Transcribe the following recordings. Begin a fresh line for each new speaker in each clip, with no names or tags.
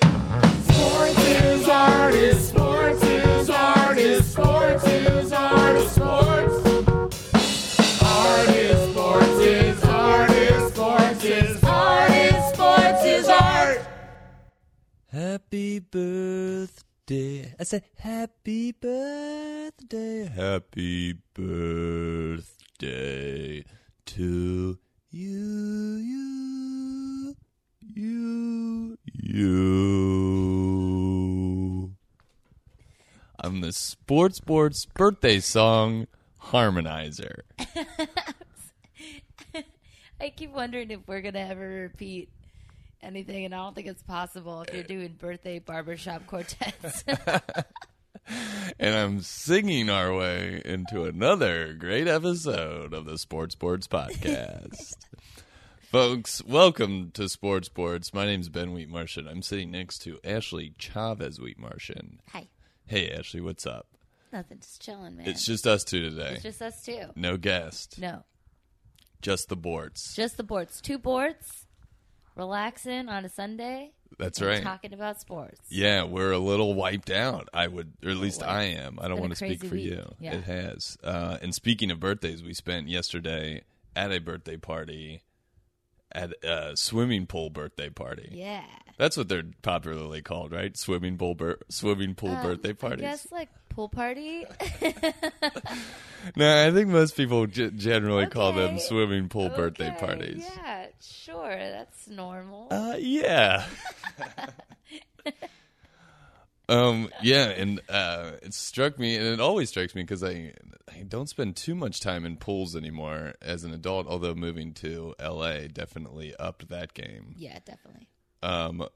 Sports is artists. Sports is artists. Sports is artists. Sports. Artists. Sports is artists. Sports is artists. Sports is art.
Happy birthday. I said happy birthday. Happy birthday to you, you, you, you. I'm the sports board's birthday song harmonizer.
I keep wondering if we're gonna ever repeat anything, and I don't think it's possible if you're doing birthday barbershop quartets.
And I'm singing our way into another great episode of the Sports Boards Podcast. Folks, welcome to Sports Boards. My name's Ben Wheat Martian. I'm sitting next to Ashley Chavez Wheat Martian.
Hi,
Hey, Ashley, what's up?
nothing, just chilling, man.
It's just us two today.
It's just us two.
no guest,
No,
just the boards.
just the boards. Two boards, relaxing on a Sunday,
That's right.
talking about sports.
Yeah, we're a little wiped out. I would, or at least I am. I don't
Oh, been
want
a
to speak
crazy
for
week.
you.
Yeah.
It has. Uh, and speaking of birthdays, we spent yesterday at a birthday party, at a swimming pool birthday party.
Yeah.
That's what they're popularly called, right? Swimming pool, bir- swimming pool birthday
Um, I
parties.
guess like pool party.
No, I think most people g- generally call them
Okay.
swimming pool birthday
Okay,
parties.
Yeah, sure, that's normal.
Uh, yeah. um, yeah, and uh, it struck me, and it always strikes me because I I don't spend too much time in pools anymore as an adult. Although moving to LA definitely upped that game.
yeah, definitely.
Um,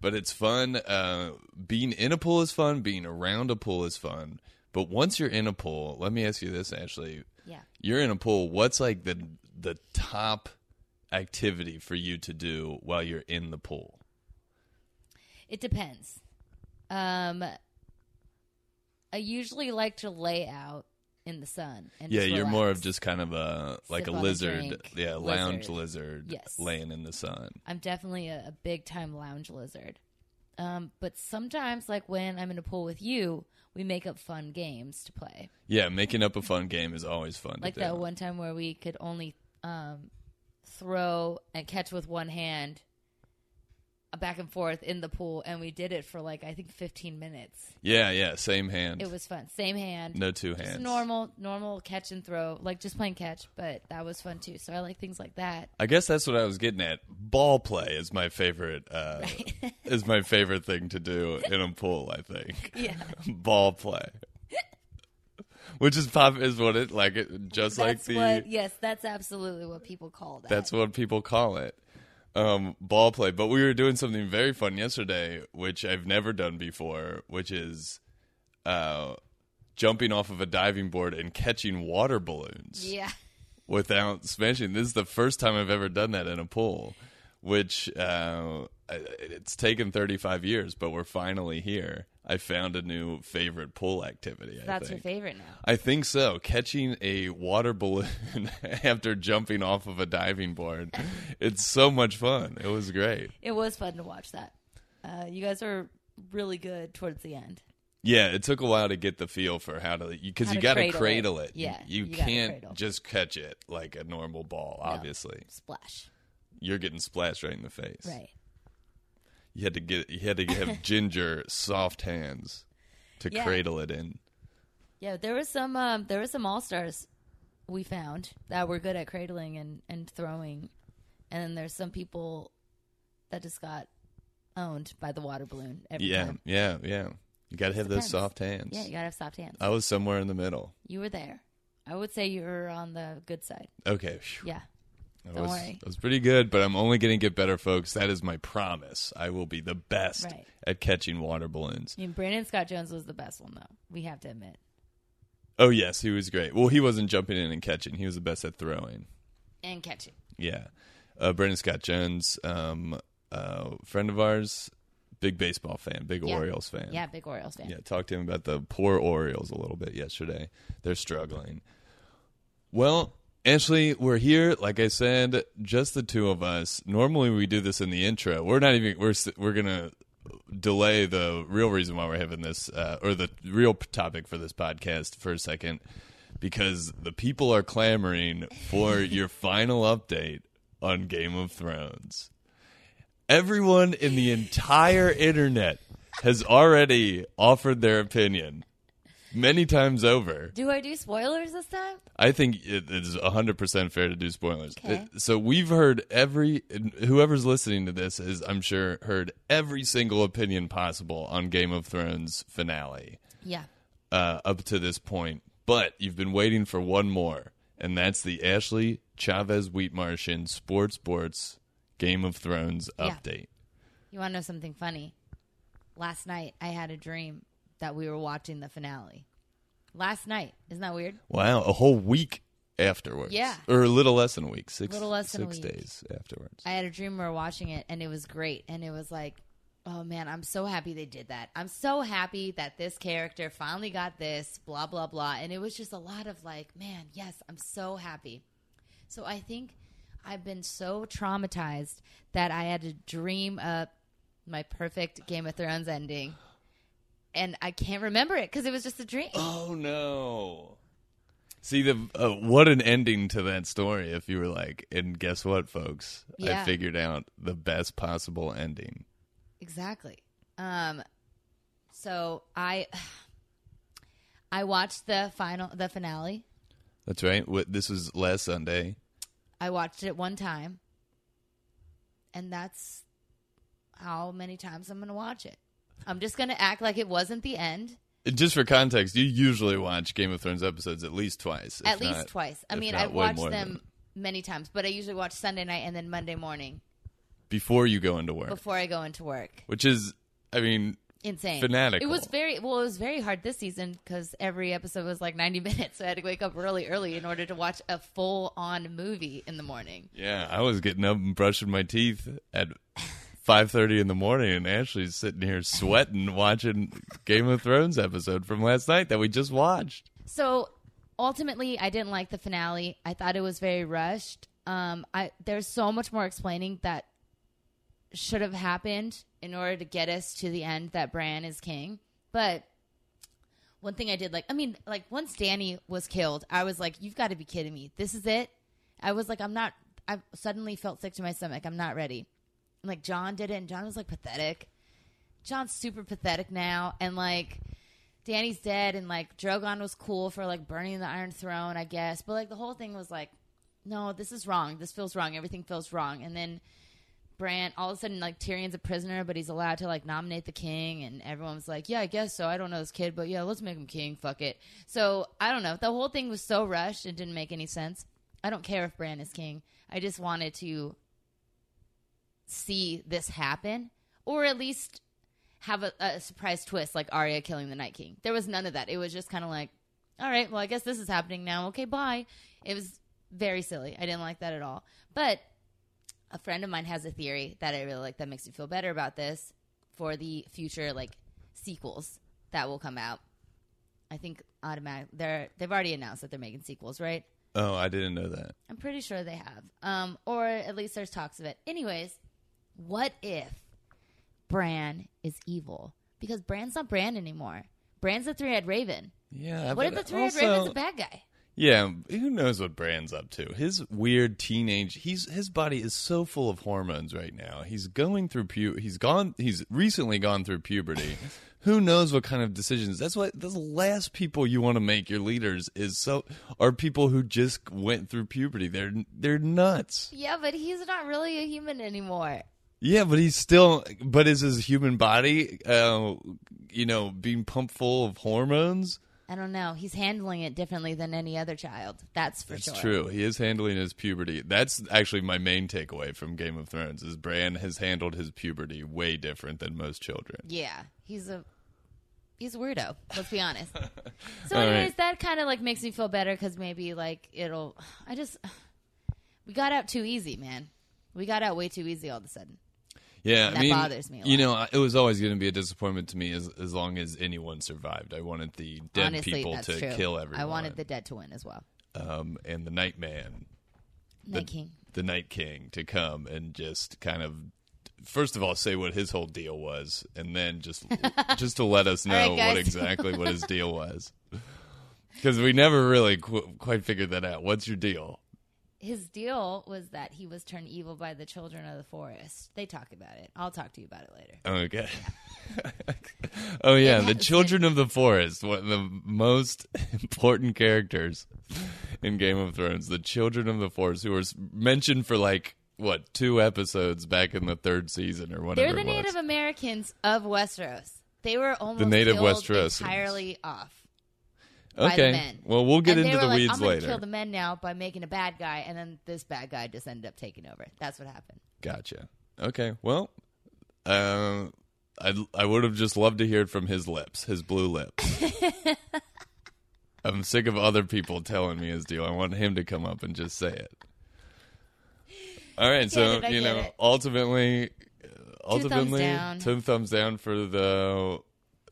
but it's fun. Uh, being in a pool is fun. Being around a pool is fun. But once you're in a pool, let me ask you this, Ashley
Yeah.
you're in a pool what's like the the top activity for you to do while you're in the pool
It depends. Um, I usually like to lay out in the sun. And
yeah
just
you're more of
relax.
just kind of a like
Sip
a
on a
lizard
drink.
yeah lounge lizard
Yes.
laying in the sun
I'm definitely a, a big time lounge lizard. Um, but sometimes, like when I'm in a pool with you, we make up fun games to play.
yeah making up a fun game is always fun
Like
to
that
do.
one time where we could only um, throw and catch with one hand uh, back and forth in the pool, and we did it for like I think 15 minutes.
yeah yeah same hand
It was fun. Same hand.
no two hands
Just normal, normal catch and throw, like just playing catch, but that was fun too. So I like things like that.
i guess that's what i was getting at ball play is my favorite uh is my favorite thing to do in a pool i think
Yeah,
ball play which is pop is what it like it just like
that's
the
what. Yes, that's absolutely what people call that.
That's what people call it. Um, ball play. But we were doing something very fun yesterday, which I've never done before, which is uh, jumping off of a diving board and catching water balloons
yeah,
without smashing. This is the first time I've ever done that in a pool, which uh, I- it's taken 35 years, but we're finally here. I found a new favorite pool activity. I
that's your
think.
favorite now.
I think so. Catching a water balloon after jumping off of a diving board. It's so much fun. It was great.
It was fun to watch that. Uh, you guys were really good towards the end.
Yeah, it took a while to get the feel for how to because
How
you
to
got to cradle
cradle it.
it. You-
Yeah,
you,
you gotta
can't
cradle.
just catch it like a normal ball. Obviously,
Splash,
you're getting splashed right in the face.
right?
You had to get you had to have ginger, soft hands to
Yeah.
cradle it in.
Yeah, there was some. Um, there was some all stars we found that were good at cradling and and throwing, and then there's some people that just got owned by the water balloon. Every
Yeah,
time.
yeah, yeah. You got to have those
depends.
soft hands.
yeah, you gotta have soft hands.
I was somewhere in the middle.
You were there. I would say you were on the good side.
Okay. phew.
Yeah.
I
Don't
was,
worry.
I was pretty good, but I'm only going to get better, folks. That is my promise. I will be the best
Right.
at catching water balloons.
I mean, Brandon Scott Jones was the best one, though. We have to admit.
Oh, yes, he was great. Well, he wasn't jumping in and catching, he was the best at throwing.
And catching.
Yeah. Uh, Brendan Scott Jones, um, uh, friend of ours, big baseball fan, big
Yeah.
Orioles fan.
Yeah, big Orioles fan.
Yeah, talked to him about the poor Orioles a little bit yesterday. They're struggling. Well, Ashley, we're here. Like I said, just the two of us. Normally, we do this in the intro. We're not even. We're s- we're gonna delay the real reason why we're having this, uh, or the real p- topic for this podcast for a second, because the people are clamoring for your final update on Game of Thrones. Everyone in the entire internet has already offered their opinion many times over.
Do I do spoilers this time?
I think it is 100% fair to do spoilers.
Okay.
It- so we've heard every, whoever's listening to this is, I'm sure, heard every single opinion possible on Game of Thrones finale
Yeah.
uh, up to this point. But you've been waiting for one more, and that's the Ashley Chavez Wheatmartian Sports Sports Game of Thrones
Yeah.
update.
You want to know something funny? Last night I had a dream that we were watching the finale. Last night, isn't that weird?
Wow, a whole week afterwards.
Yeah.
Or a little less than a week, six,
Little less than a
six
week.
days afterwards.
I had a dream we were watching it, and it was great. And it was like, oh man, I'm so happy they did that. I'm so happy that this character finally got this, blah, blah, blah. And it was just a lot of like, man, yes, I'm so happy. So I think I've been so traumatized that I had to dream up my perfect Game of Thrones ending. And I can't remember it because it was just a dream.
Oh no! See the uh, what an ending to that story. If you were like, and guess what, folks? I
Yeah.
figured out the best possible ending.
Exactly. Um so I I watched the final the finale.
That's right. What, this was last Sunday.
I watched it one time. And that's how many times I'm going to watch it. I'm just going to act like it wasn't the end
Just for context, you usually watch Game of Thrones episodes at least twice. if
at least
not-
twice. I
if
mean,
not
I've
way
watched
more
them
than-
many times, but I usually watch Sunday night and then Monday morning
before you go into work,
before I go into work.
which is, I mean,
Insane.
Fanatical.
It was very well. It was very hard this season because every episode was like ninety minutes, so I had to wake up really early in order to watch a full-on movie in the morning.
yeah, I was getting up and brushing my teeth at. 5:30 in the morning and Ashley's sitting here sweating watching Game of Thrones episode from last night that we just watched.
So ultimately, I didn't like the finale. I thought it was very rushed. Um, I there's so much more explaining that should have happened in order to get us to the end that Bran is king. But one thing I did like, I mean, like once Danny was killed, I was like, you've got to be kidding me. This is it. I was like, I'm not. I suddenly felt sick to my stomach. I'm not ready. And, like John did it, and John was like pathetic. John's super pathetic now, and like Danny's dead, and like Drogon was cool for like burning the Iron Throne, I guess. But like the whole thing was like, no, this is wrong. This feels wrong. Everything feels wrong. And then Bran, all of a sudden, like Tyrion's a prisoner, but he's allowed to like nominate the king, and everyone's like, yeah, I guess so. I don't know this kid, but yeah, let's make him king. Fuck it. So I don't know. The whole thing was so rushed and didn't make any sense. I don't care if Bran is king. I just wanted to see this happen, or at least have a, a surprise twist like Arya killing the Night King. There was none of that. It was just kind of like, all right, well, I guess this is happening now. Okay, bye. It was very silly. I didn't like that at all. But a friend of mine has a theory that I really like that makes me feel better about this for the future like sequels that will come out. I think automatic they're they've already announced that they're making sequels, right?
Oh, I didn't know that.
I'm pretty sure they have. Um, or at least there's talks of it. Anyways, what if Bran is evil? Because Bran's not Bran anymore. Bran's the three eyed raven.
Yeah.
What if the three eyed raven's a bad guy?
Yeah, who knows what Brand's up to? His weird teenage. He's his body is so full of hormones right now. He's going through pu. He's gone. He's recently gone through puberty. who knows what kind of decisions? That's why the last people you want to make your leaders is so are people who just went through puberty. They're they're nuts.
Yeah, but he's not really a human anymore.
Yeah, but he's still. But is his human body, uh, you know, being pumped full of hormones?
I don't know. He's handling it differently than any other child. That's for
It's
sure.
true. He is handling his puberty. That's actually my main takeaway from Game of Thrones is Bran has handled his puberty way different than most children.
Yeah, he's a he's a weirdo. Let's be honest. so,
All
anyways,
right.
that kind of like makes me feel better because maybe like it'll. I just we got out too easy, man. We got out way too easy all of a sudden.
Yeah, I
That
mean,
bothers me a
You know, I- it was always going to be a disappointment to me as as long as anyone survived. I wanted the dead
Honestly,
people
that's
to
true.
kill everyone.
I wanted the dead to win as well.
um, and the Nightman,
Night King.
the Night King, to come and just kind of. First of all, say what his whole deal was, and then just just to let us know
right,
what
guys.
exactly what his deal was, because we never really qu- quite figured that out. What's your deal?
His deal was that he was turned evil by the children of the forest. They talk about it. I'll talk to you about it later.
Okay. oh yeah, the
happens.
children of the forest, one of the most important characters in Game of Thrones. The children of the forest, who were s- mentioned for like what two episodes back in the third season or whatever.
They're the
it was.
Native Americans of Westeros. They were almost
Native
killed
Westeros.
entirely off. by the
okay.
men.
Well, we'll get
and
into
they were
the
like,
weeds
I'm gonna
later.
Kill the men now by making a bad guy, and then this bad guy just ended up taking over. That's what happened.
Gotcha. Okay. Well, uh, I I would have just loved to hear it from his lips, his blue lips. I'm sick of other people telling me his deal. I want him to come up and just say it. All right. so
it, I
you
get
know,
it.
ultimately, ultimately,
down.
two thumbs down for the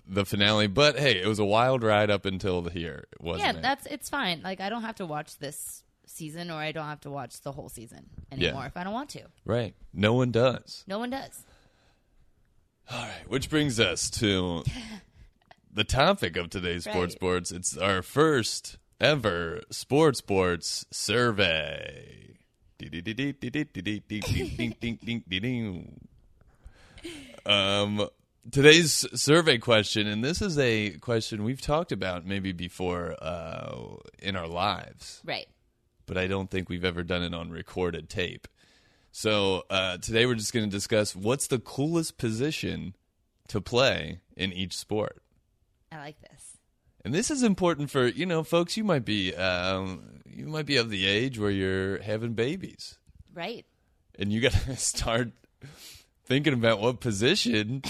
the finale. But hey, it was a wild ride up until here, wasn't
yeah,
it?
that's it's fine. Like I don't have to watch this season, or I don't have to watch the whole season anymore if I don't want to.
right. No one does.
No one does.
All right, which brings us to the topic of today's
Right.
sports boards. It's our first ever sports boards survey. Um, today's survey question, and this is a question we've talked about maybe before uh, in our lives
Right.
but I don't think we've ever done it on recorded tape. So uh, today we're just going to discuss what's the coolest position to play in each sport.
I like this.
And this is important for you know, folks. You might be um, you might be of the age where you're having babies,
Right.
and you got to start thinking about what position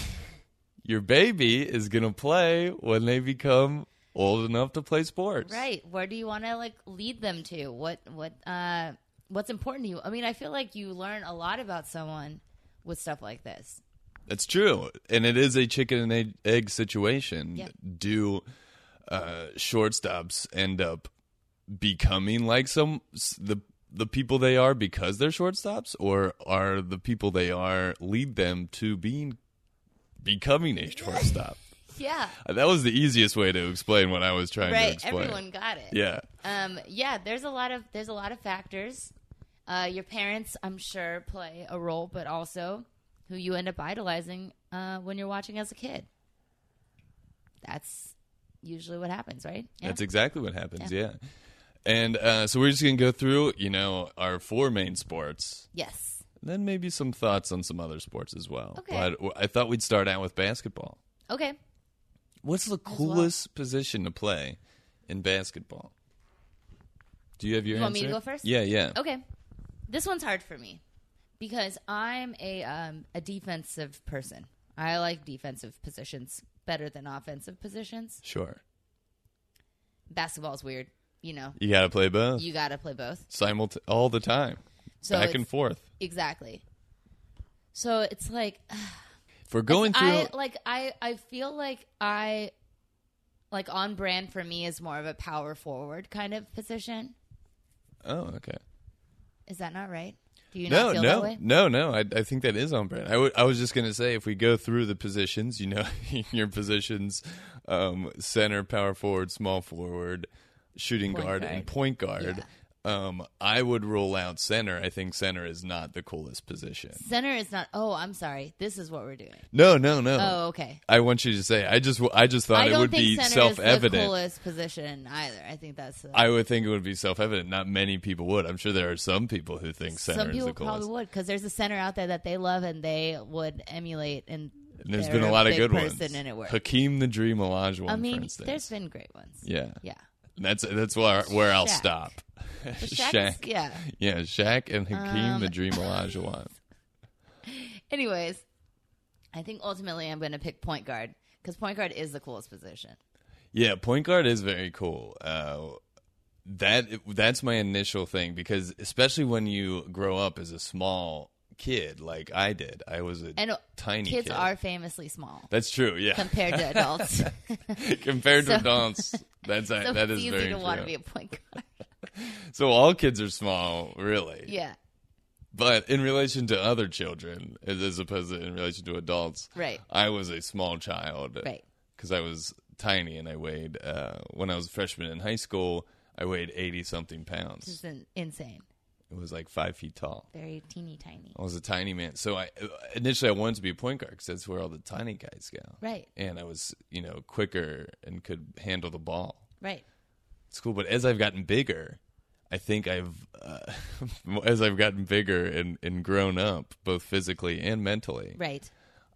your baby is going to play when they become old enough to play sports.
Right. Where do you want to like lead them to? What what uh what's important to you? I mean, I feel like you learn a lot about someone with stuff like this.
That's true, and it is a chicken and egg, egg situation.
Yeah.
Do uh, shortstops end up becoming like some s- the the people they are because they're shortstops, or are the people they are lead them to being becoming a shortstop?
Yeah.
that was the easiest way to explain what I was trying to
Right.
explain.
Everyone got it.
Yeah,
Um yeah, there's a lot of there's a lot of factors. Uh your parents, I'm sure, play a role, but also who you end up idolizing uh when you're watching as a kid. That's usually what happens, right? Yeah.
That's exactly what happens. Yeah. And uh, so we're just going to go through, you know, our four main sports.
yes.
Then maybe some thoughts on some other sports as well.
Okay.
But I thought we'd start out with basketball.
Okay.
What's the
well.
coolest position to play in basketball? Do you have your
You want
answer?
me to go first?
Yeah, yeah.
Okay. This one's hard for me because I'm a um, a defensive person. I like defensive positions better than offensive positions.
Sure.
Basketball's weird, you know.
You got to play both
You got to play both.
simult all the time,
So
back
it's-
and forth.
Exactly. So it's like
If we're going through,
I like I I feel like I like on brand for me is more of a power forward kind of position.
oh, okay.
Is that not right? Do you
No,
not feel that
no,
way?
no, no. I, I think that is on brand. I would- I was just gonna say if we go through the positions, you know, your positions, um, center, power forward, small forward, shooting
Point
guard,
guard.
and point guard. Um, I would rule out center. I think center is not the coolest position.
Center is not. Oh, I'm sorry. This is what we're doing.
No, no, no.
Oh, okay.
I want you to say. I just w- I just thought
I
it
don't
would
think
be
center
self
is the
evident.
coolest position either. I think that's the,
I would think it would be self evident. Not many people would. I'm sure there are some people who think center
some
is
people
the coolest.
probably would because there's a center out there that they love and they would emulate. And,
and there's
they're
been a lot of
big
good
person
ones.
And it works.
Hakeem the Dream Olajuwon,
I
for
mean,
instance.
there's been great ones.
Yeah,
Yeah,
And that's that's where where I'll
Shaq.
stop.
But Shaq's- Um,
Shaq, yeah.
Yeah.
Shaq and Hakeem the Dream Olajuwon.
Anyways, I think ultimately I'm going to pick point guard because point guard is the coolest position.
Yeah, point guard is very cool. Uh, that that's my initial thing because especially when you grow up as a small kid, like I did, I was a
And uh,
tiny
kids
kid.
are famously small
that's true. Yeah,
compared to adults. so
compared to adults, that's that
it's
is
easy
very
to want to
true.
be a point guard.
So all kids are small, really.
Yeah.
But in relation to other children, as as opposed to in relation to adults,
Right.
I was a small child.
Right.
Because I was tiny and I weighed, uh, when I was a freshman in high school, I weighed 80 something
This is
pounds.
in- insane.
It was like five feet tall.
Very teeny tiny.
I was a tiny man. So I uh, initially I wanted to be a point guard because that's where all the tiny guys go.
Right.
And I was, you know, quicker and could handle the ball.
Right.
It's cool, but as I've gotten bigger, I think I've uh, as I've gotten bigger and and grown up both physically and mentally.
Right.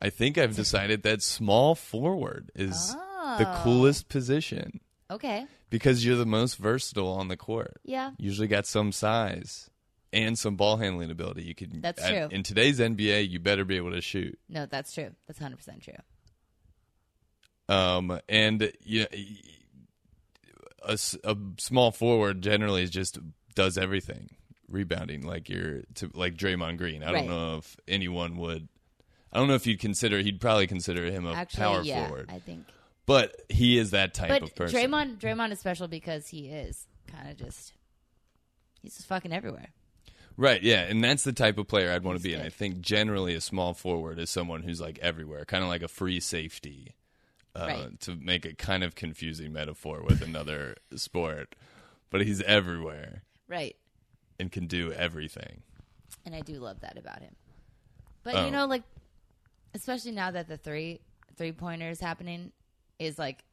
I think I've decided that small forward is the
Oh.
coolest position
Okay.
because you're the most versatile on the court.
Yeah.
Usually got some size and some ball handling ability. You can
That's
at-
true.
In today's NBA, you better be able to shoot.
No, that's true. That's hundred percent true.
Um, and you know, a, s- a small forward generally is just does everything, rebounding like you're to, like Draymond Green. I
Right.
don't know if anyone would. I don't know if you'd consider. He'd probably consider him a
Actually,
power
yeah,
forward,
I think.
but he is that type
But
of person.
Draymond, Draymond is special because he is kind of just. He's just fucking everywhere.
right? Yeah, and that's the type of player I'd want to be. And
good.
I think generally a small forward is someone who's like everywhere, kind of like a free safety. Uh,
Right.
To make a kind of confusing metaphor with another sport, but he's everywhere.
Right.
and can do everything.
and I do love that about him. But
Oh.
you know, like especially now that the three three pointer is happening, is like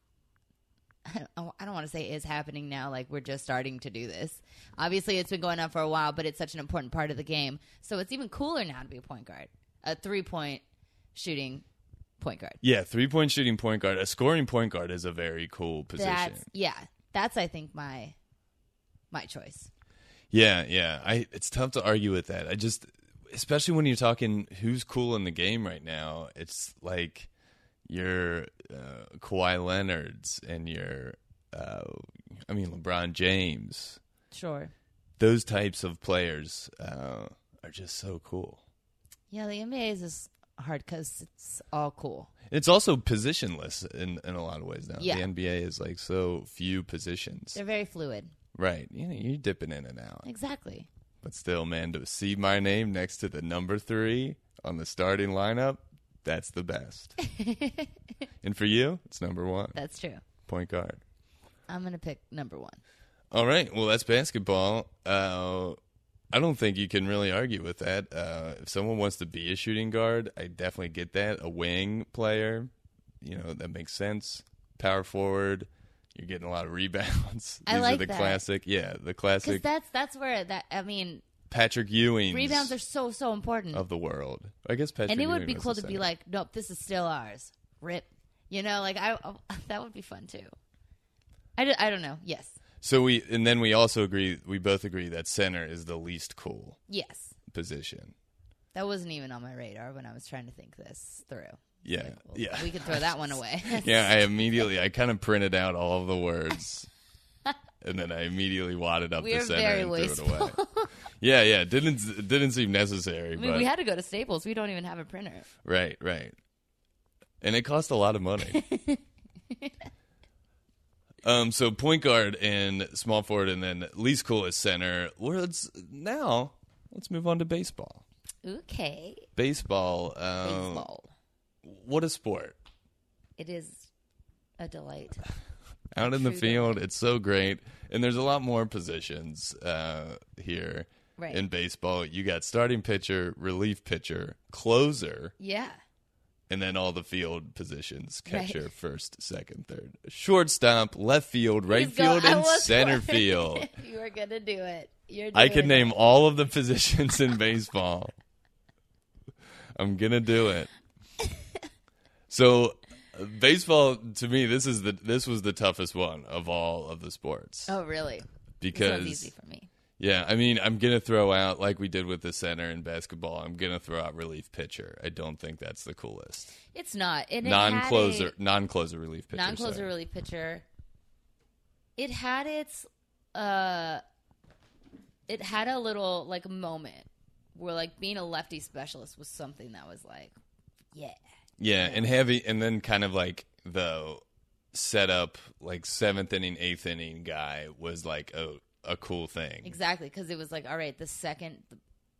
I don't, I don't want to say is happening now. Like we're just starting to do this. Obviously, it's been going on for a while, but it's such an important part of the game. So it's even cooler now to be a point guard, a three point shooting point guard.
Yeah, three point shooting point guard, a scoring point guard is a very cool position.
That's yeah. That's I think my my choice.
yeah, yeah. I it's tough to argue with that. I just especially when you're talking who's cool in the game right now, it's like your uh, Kawhi Leonard's and your uh, I mean LeBron James.
Sure.
Those types of players uh, are just so cool.
Yeah, the NBA is just hard because it's all cool.
It's also positionless in, in a lot of ways now.
Yeah.
The NBA is like so few positions.
They're very fluid.
right. You know, you're dipping in and out.
Exactly.
But still, man, to see my name next to the number three on the starting lineup, that's the best. and for you, it's number one,
That's true.
point guard.
I'm gonna pick number one.
All right. Well, that's basketball. Uh, I don't think you can really argue with that. Uh, if someone wants to be a shooting guard, I definitely get that. A wing player, you know, that makes sense. Power forward, you're getting a lot of rebounds.
I
These are
like
the
that.
classic. Yeah, the
Because
classic
that's that's where that I mean
Patrick Ewing
rebounds are so so important,
of the world. I guess Patrick
and it would
Ewing
be
was
cool
the
to be
center.
like, nope, this is still ours. Rip, you know, like I oh, that would be fun too. I, d- I don't know. Yes,
So we and then we also agree we both agree that center is the least cool
yes,
position.
that wasn't even on my radar when I was trying to think this through.
Yeah.
Like, well,
yeah.
we could throw that one away.
yeah, I immediately I kind of printed out all of the words. and then I immediately wadded up
We
the
are
center
very
and threw it away.
wasteful.
Yeah, yeah, didn't it didn't seem necessary,
I mean,
but
we had to go to Staples. We don't even have a printer.
right, right. And it cost a lot of money. um so point guard and small forward and then least cool is center. Well, let's now let's move on to baseball.
Okay,
Baseball, um,
baseball.
what a sport.
It is a delight.
out in the
True that.
field. It's so great, and there's a lot more positions uh, here
Right.
in baseball. You got starting pitcher, relief pitcher, closer,
Yeah.
and then all the field positions:
Right.
catcher, first, second, third, shortstop, left field, right
He's go-
field,
I
and
was
center
wondering
field.
if you were gonna do it. You're
Oh. I
doing
could
it.
name all of the positions in baseball. I'm gonna do it. So, uh, baseball to me, this is the this was the toughest one of all of the sports
Oh, really? This one's easy
because
for me.
yeah, I mean, I'm gonna throw out like we did with the center in basketball. I'm gonna throw out relief pitcher. I don't think that's the coolest.
It's not. And it had a
Non-closer, non-closer relief pitcher.
non-closer
sorry.
really pitcher. It had its, uh, it had a little like moment where like being a lefty specialist was something that was like, yeah,
Yeah, and heavy, and then kind of like the setup, like seventh inning, eighth inning guy was like a a cool thing.
Exactly, because it was like, all right, the second,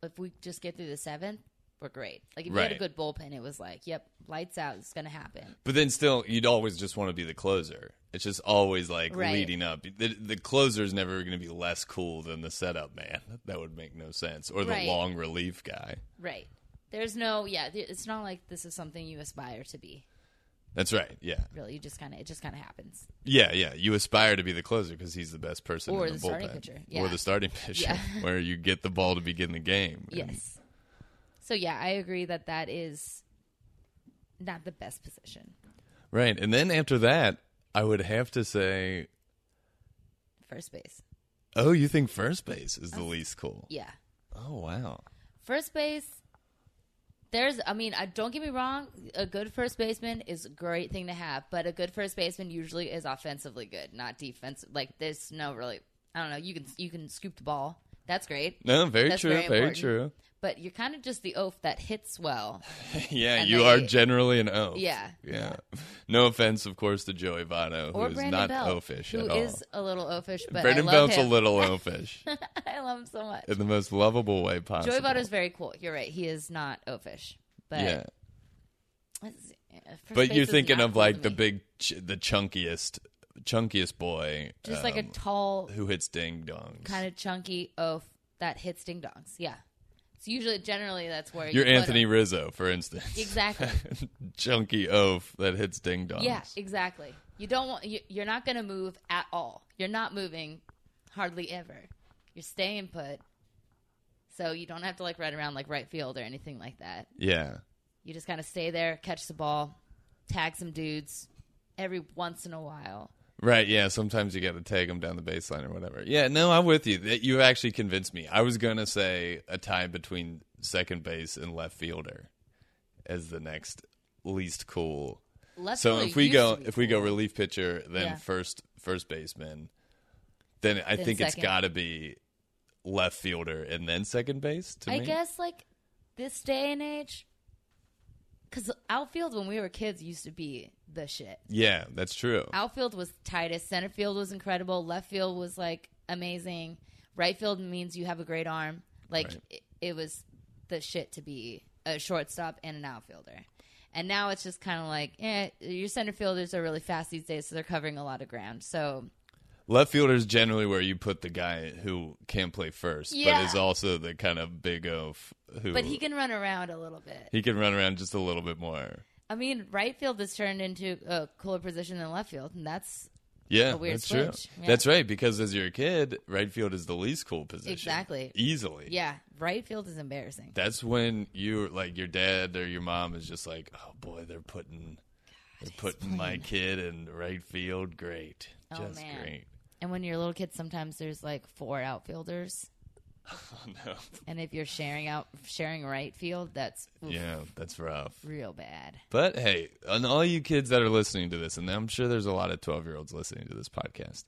if we just get through the seventh, we're great. Like if you had a
Right.
good bullpen, it was like, yep, lights out, it's gonna happen.
But then still, you'd always just want to be the closer. It's just always like
Right.
leading up. The, the closer is never going to be less cool than the setup man. That would make no sense. Or the
Right.
long relief guy.
Right. There's no, yeah. th- It's not like this is something you aspire to be.
That's right. Yeah.
Really, you just kind of it just kind of happens.
Yeah. Yeah. You aspire to be the closer because he's the best person
Or
in the,
the starting
bullpen.
pitcher. Yeah.
Or the starting pitcher,
Yeah.
where you get the ball to begin the game. And
Yes. So yeah, I agree that that is not the best position.
Right. And then after that, I would have to say,
First base.
oh, you think first base is the least cool?
Yeah.
Oh, wow.
First base. There's, I mean, I, don't get me wrong. A good first baseman is a great thing to have, but a good first baseman usually is offensively good, not defensive. Like there's no really, I don't know. You can you can scoop the ball. That's great.
No, very
That's
true.
very
very
important.
true.
But you're kind of just the oaf that hits well.
Yeah,
And
you
they-
are generally an oaf.
Yeah.
Yeah. No offense, of course, to Joey Votto,
Or
who's
Brandon
not
Bell,
oafish
who
at all.
is a little oafish, but
Brandon
I love
Bell's
him.
a little oafish
I love him so much.
in the most lovable way possible.
Joey Votto's very cool. You're right. He is not oafish, but
Yeah.
it's- uh, first
But
base
you're
is
thinking
not
of
cool
like
to
the
me.
big, ch- the chunkiest, chunkiest boy
just like a
um,
tall,
who hits ding dongs.
kind of chunky oaf that hits ding dongs. Yeah, it's usually generally that's where
You're
you put
Anthony
him.
Rizzo, for instance.
Exactly.
Chunky oaf that hits ding dongs.
Yeah, exactly. You don't want you, you're not going to move at all. You're not moving hardly ever. You're staying put. So you don't have to like run around like right field or anything like that.
Yeah.
You just kind of stay there, catch the ball, tag some dudes every once in a while.
Right, yeah. Sometimes you got to tag them down the baseline or whatever. Yeah, no, I'm with you. That you actually convinced me. I was gonna say a tie between second base and left fielder as the next least cool.
Left
so
fielder
if we
used
go
to be
if we go
cool.
relief pitcher, then
Yeah.
first first baseman, then I
Then
think it's
second.
got to be left fielder and then second base. To
I
me,
guess like this day and age, because outfield when we were kids used to be the shit.
yeah, that's true.
Outfield was tightest. Center field was incredible. Left field was like amazing. Right field means you have a great arm. Like
Right.
it, it was the shit to be a shortstop and an outfielder. And now it's just kind of like, eh, your center fielders are really fast these days, so they're covering a lot of ground. So
Left fielder is generally where you put the guy who can't play first,
Yeah.
but is also the kind of big oaf who.
but he can run around a little bit.
He can run around just a little bit more.
I mean, right field has turned into a cooler position than left field, and that's
Yeah,
A weird
that's true.
switch, yeah.
That's right. Because as you're a kid, right field is the least cool position.
Exactly.
Easily.
yeah, right field is embarrassing.
That's when you like your dad or your mom is just like, oh boy, they're putting they're putting my kid in right field. Great,
Oh,
just
man.
great.
And when you're a little kid, sometimes there's like four outfielders,
Oh, no.
and if you're sharing out sharing right field, that's oof,
Yeah, that's rough.
real bad.
But hey, and all you kids that are listening to this, and I'm sure there's a lot of 12 year olds listening to this podcast.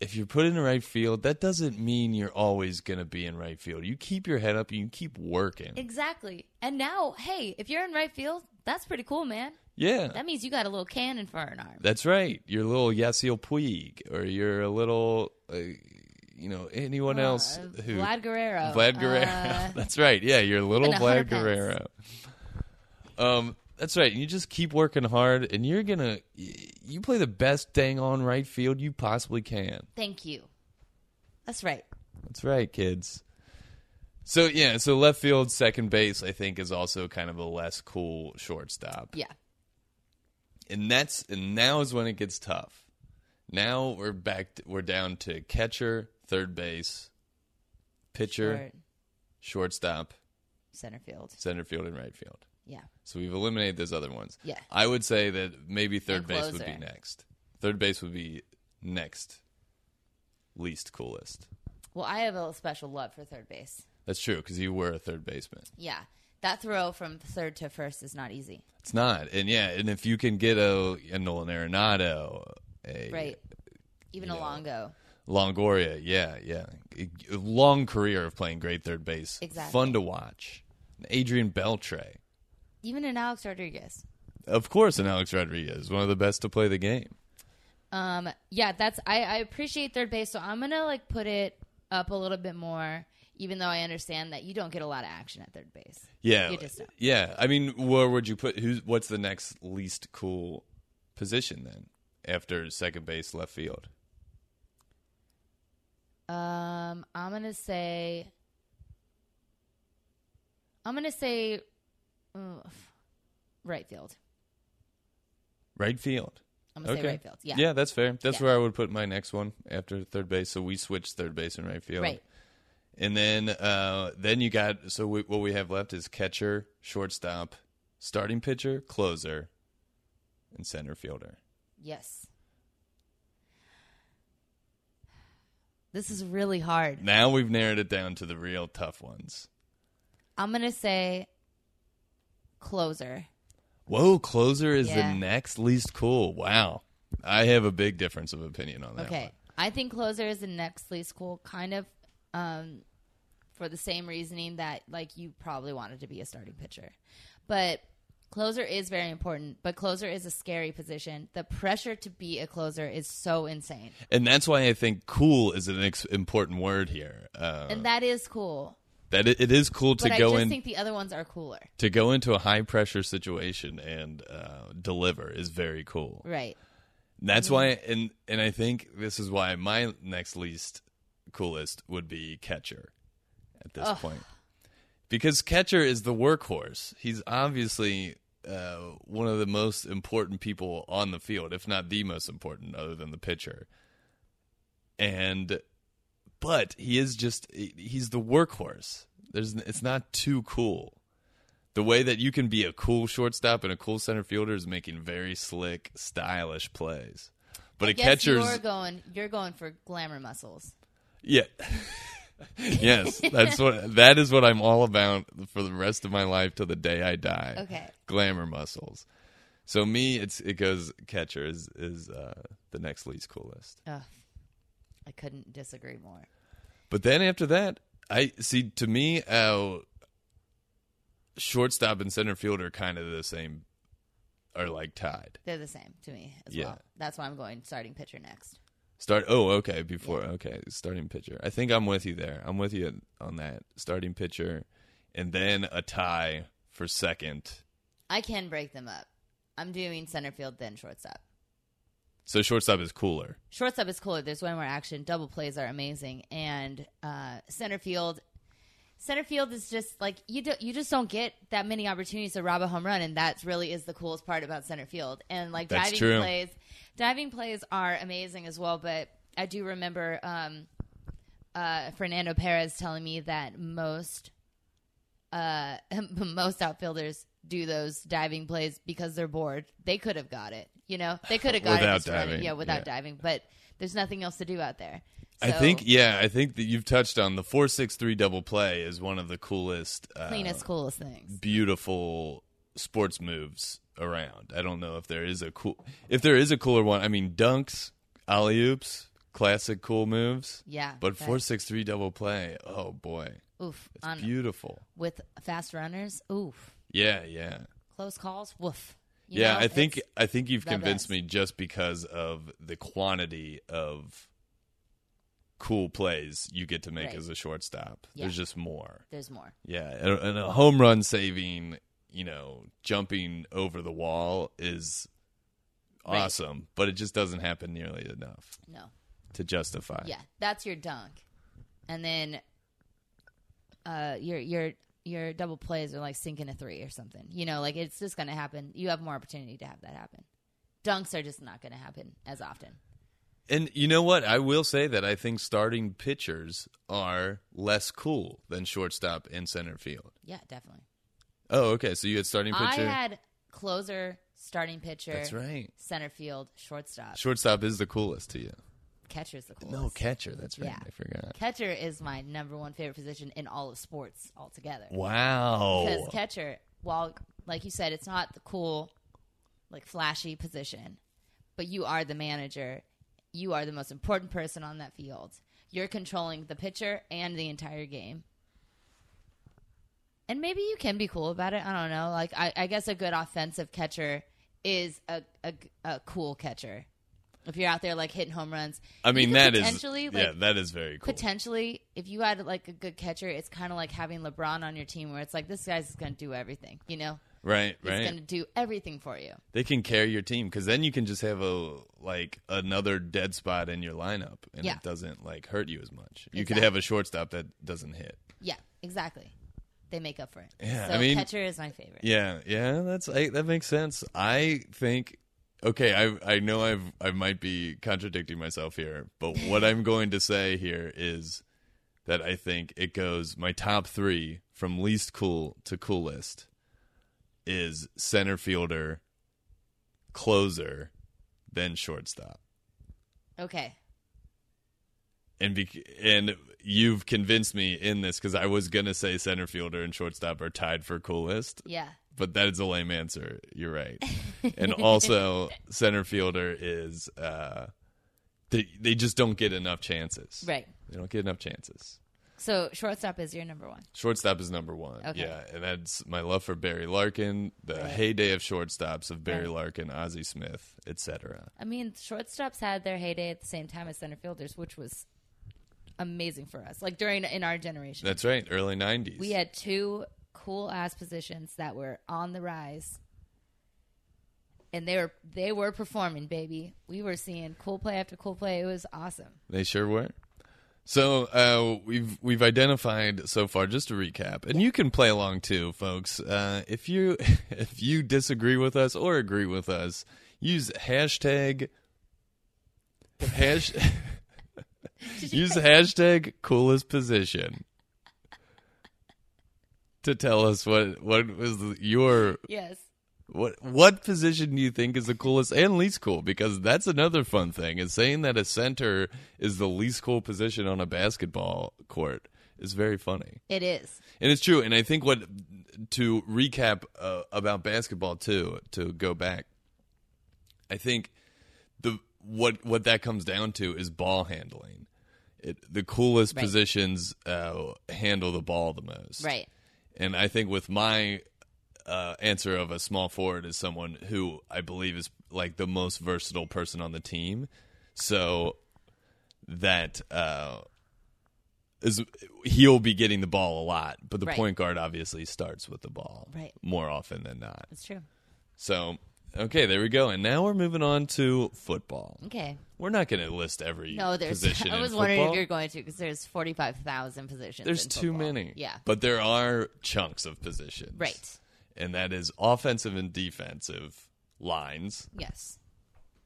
If you're put in the right field, that doesn't mean you're always going to be in right field. You keep your head up and you keep working.
Exactly. And now, hey, if you're in right field, that's pretty cool, man.
yeah.
That means you got a little cannon for an arm.
That's right. You're a little Yasiel Puig, or you're a little, uh, you know, anyone else
Uh,
who
Vlad Guerrero.
Vlad Guerrero.
Uh,
that's right. Yeah, you're a little
and a hundred
Vlad
pence.
Guerrero. Um, that's right. You just keep working hard, and you're gonna y- you play the best dang on right field you possibly can.
thank you. That's right.
That's right, kids. So yeah, so left field, second base, I think is also kind of a less cool shortstop.
Yeah.
and that's and now is when it gets tough. Now we're back. To, we're down to catcher, third base, pitcher,
Short,
shortstop,
Center field.
center field, and right field.
Yeah.
So we've eliminated those other ones.
Yeah.
I would say that maybe third
And
base would be
closer.
next. Third base would be next, least coolest.
Well, I have a special love for third base.
That's true because you were a third baseman.
Yeah. That throw from third to first is not easy.
It's not, and yeah, and if you can get a, a Nolan Arenado, a
Right. Even a long go.
Longoria, yeah, yeah. A long career of playing great third base.
Exactly.
Fun to watch. Adrian Beltre.
Even an Alex Rodriguez.
Of course, and Alex Rodriguez, one of the best to play the game.
Um, yeah, that's I, I appreciate third base, so I'm gonna like put it up a little bit more, even though I understand that you don't get a lot of action at third base.
Yeah,
You just don't.
yeah. I mean, where would you put? Who's what's the next least cool position then after second base, left field?
Um, I'm gonna say, I'm gonna say, uh, right field.
Right field.
I'm gonna say right field. Yeah,
yeah, that's fair. That's
Yeah.
where I would put my next one after third base. So we switched third base and right field.
right.
And then uh, then you got so we, what we have left is catcher, shortstop, starting pitcher, closer, and center fielder.
Yes. This is really hard.
Now we've narrowed it down to the real tough ones.
I'm gonna say closer.
Whoa, closer is
Yeah.
the next least cool. Wow. I have a big difference of opinion on that.
Okay, I think closer is the next least cool, kind of, um, for the same reasoning that like you probably wanted to be a starting pitcher, but closer is very important. But closer is a scary position. The pressure to be a closer is so insane,
one. And that's why I think cool is an ex- important word here. Uh,
and that is cool.
that it, it is cool to
But I
go
just
in
think the other ones are cooler,
to go into a high pressure situation and uh, deliver is very cool.
right?
That's why, and and I think this is why my next least coolest would be catcher at this point, because catcher is the workhorse. He's obviously uh, one of the most important people on the field, if not the most important, other than the pitcher. And, but he is just—he's the workhorse. There's, it's not too cool the way that you can be a cool shortstop and a cool center fielder is making very slick, stylish plays. But a
Yes,
catcher's
you're going, you're going for glamour muscles.
yeah. yes, that's what that is what I'm all about for the rest of my life till the day I die.
Okay.
Glamour muscles. So me it's it goes catcher is is uh the next least coolest.
Ugh. I couldn't disagree more.
But then after that, I see to me, uh, shortstop and center fielder are kind of the same, are like tied.
They're the same to me as
Yeah.
well. That's why I'm going starting pitcher next.
Start. Oh, okay. Before. Okay. Starting pitcher. I think I'm with you there. I'm with you on that. Starting pitcher, and then a tie for second.
I can break them up. I'm doing center field then shortstop.
So shortstop is cooler.
Shortstop is cooler. There's way more action. Double plays are amazing, and uh, center field, center field is just like you. Do, you just don't get that many opportunities to rob a home run, and that really is the coolest part about center field. And like
That's
diving
true.
plays, diving plays are amazing as well. But I do remember um, uh, Fernando Perez telling me that most uh, most outfielders do those diving plays because they're bored. They could have got it, you know. They could have got
Without
it just running-
diving,
yeah, without
yeah.
diving. But there's nothing else to do out there.
I
So,
think. Yeah. I think that you've touched on the four six three double play is one of the coolest, uh,
cleanest, coolest things.
beautiful sports moves around. I don't know if there is a cool. If there is a cooler one, I mean dunks, alley oops, classic cool moves.
Yeah,
But
that-
four six three double play. Oh boy.
Oof,
It's
on
beautiful.
with fast runners. Oof,
Yeah, yeah.
close calls. Woof. You
yeah,
know,
I think
it's-
I think you've
the
convinced
best.
me just because of the quantity of cool plays you get to make
Right.
as a shortstop.
Yeah.
There's just more.
there's more.
Yeah, and and a home run saving, you know, jumping over the wall is
Right.
awesome, but it just doesn't happen nearly enough
No,
to justify.
yeah, that's your dunk, and then uh, your your your double plays are like sinking a three or something. You know, like it's just going to happen. You have more opportunity to have that happen. Dunks are just not going to happen as often.
And you know what? I will say that I think starting pitchers are less cool than shortstop and center field.
Yeah, definitely.
Oh, okay. So you had starting pitcher.
I had closer, starting pitcher.
That's right.
Center field, shortstop.
Shortstop is the coolest to you.
Catcher's the coolest.
No, catcher. That's right.
Yeah.
I forgot.
Catcher is my number one favorite position in all of sports altogether. Because
Wow.
catcher, while like you said, it's not the cool, like flashy position, but you are the manager. You are the most important person on that field. You're controlling the pitcher and the entire game. And maybe you can be cool about it. I don't know. Like I, I guess a good offensive catcher is a, a, a cool catcher. If you're out there like hitting home runs,
I mean,
could
that is
potentially,
yeah,
like-
that is very cool.
potentially, if you had like a good catcher, it's kind of like having LeBron on your team, where it's like this guy's going to do everything. You know,
right,
he's
right.
going to do everything for you.
They can carry your team because then you can just have a like another dead spot in your lineup, and
Yeah.
it doesn't like hurt you as much. You could have a shortstop that doesn't hit.
Yeah, exactly. They make up for it.
Yeah,
so
I mean-
catcher is my favorite.
Yeah, yeah, that's I, that makes sense. I think okay, I I know I've I might be contradicting myself here, but what I'm going to say here is that I think it goes my top 3 from least cool to coolest is center fielder, closer, then shortstop.
Okay.
and bec and you've convinced me in this because I was gonna say center fielder and shortstop are tied for coolest,
Yeah.
but that is a lame answer. You're right, and also center fielder is uh, they they just don't get enough chances.
Right.
they don't get enough chances.
So shortstop is your number one.
Shortstop is number one.
Okay.
Yeah, and that's my love for Barry Larkin, the heyday of shortstops of Barry Larkin, Ozzie Smith, etc.
I mean, shortstops had their heyday at the same time as center fielders, which was amazing for us. Like during in our generation,
That's right, early '90s.
we had two cool ass positions that were on the rise, and they were they were performing, baby. We were seeing cool play after cool play. It was awesome.
They sure were. So uh, we've we've identified so far. Just to recap, and you can play along too, folks. Uh, if you if you disagree with us or agree with us, use hashtag hash use hashtag coolest position to tell us what what was your
Yes.
what what position do you think is the coolest and least cool? Because that's another fun thing. Is saying that a center is the least cool position on a basketball court is very funny,
It is.
and it's true. And I think what to recap uh, about basketball too, to go back, I think the what what that comes down to is ball handling. It, the coolest
Right.
positions uh, handle the ball the most,
Right.
and I think with my uh, answer of a small forward is someone who I believe is like the most versatile person on the team. So that uh, is he'll be getting the ball a lot, but the
Right.
point guard obviously starts with the ball
Right.
more often than not.
It's true.
So okay, there we go. And now we're moving on to football.
Okay.
We're not going to list every
No, there's.
position.
I
in
was wondering
football.
if you're going to because there's forty five thousand positions.
There's
in
too
football.
many.
Yeah.
But there are chunks of positions.
Right.
And that is offensive and defensive lines.
yes.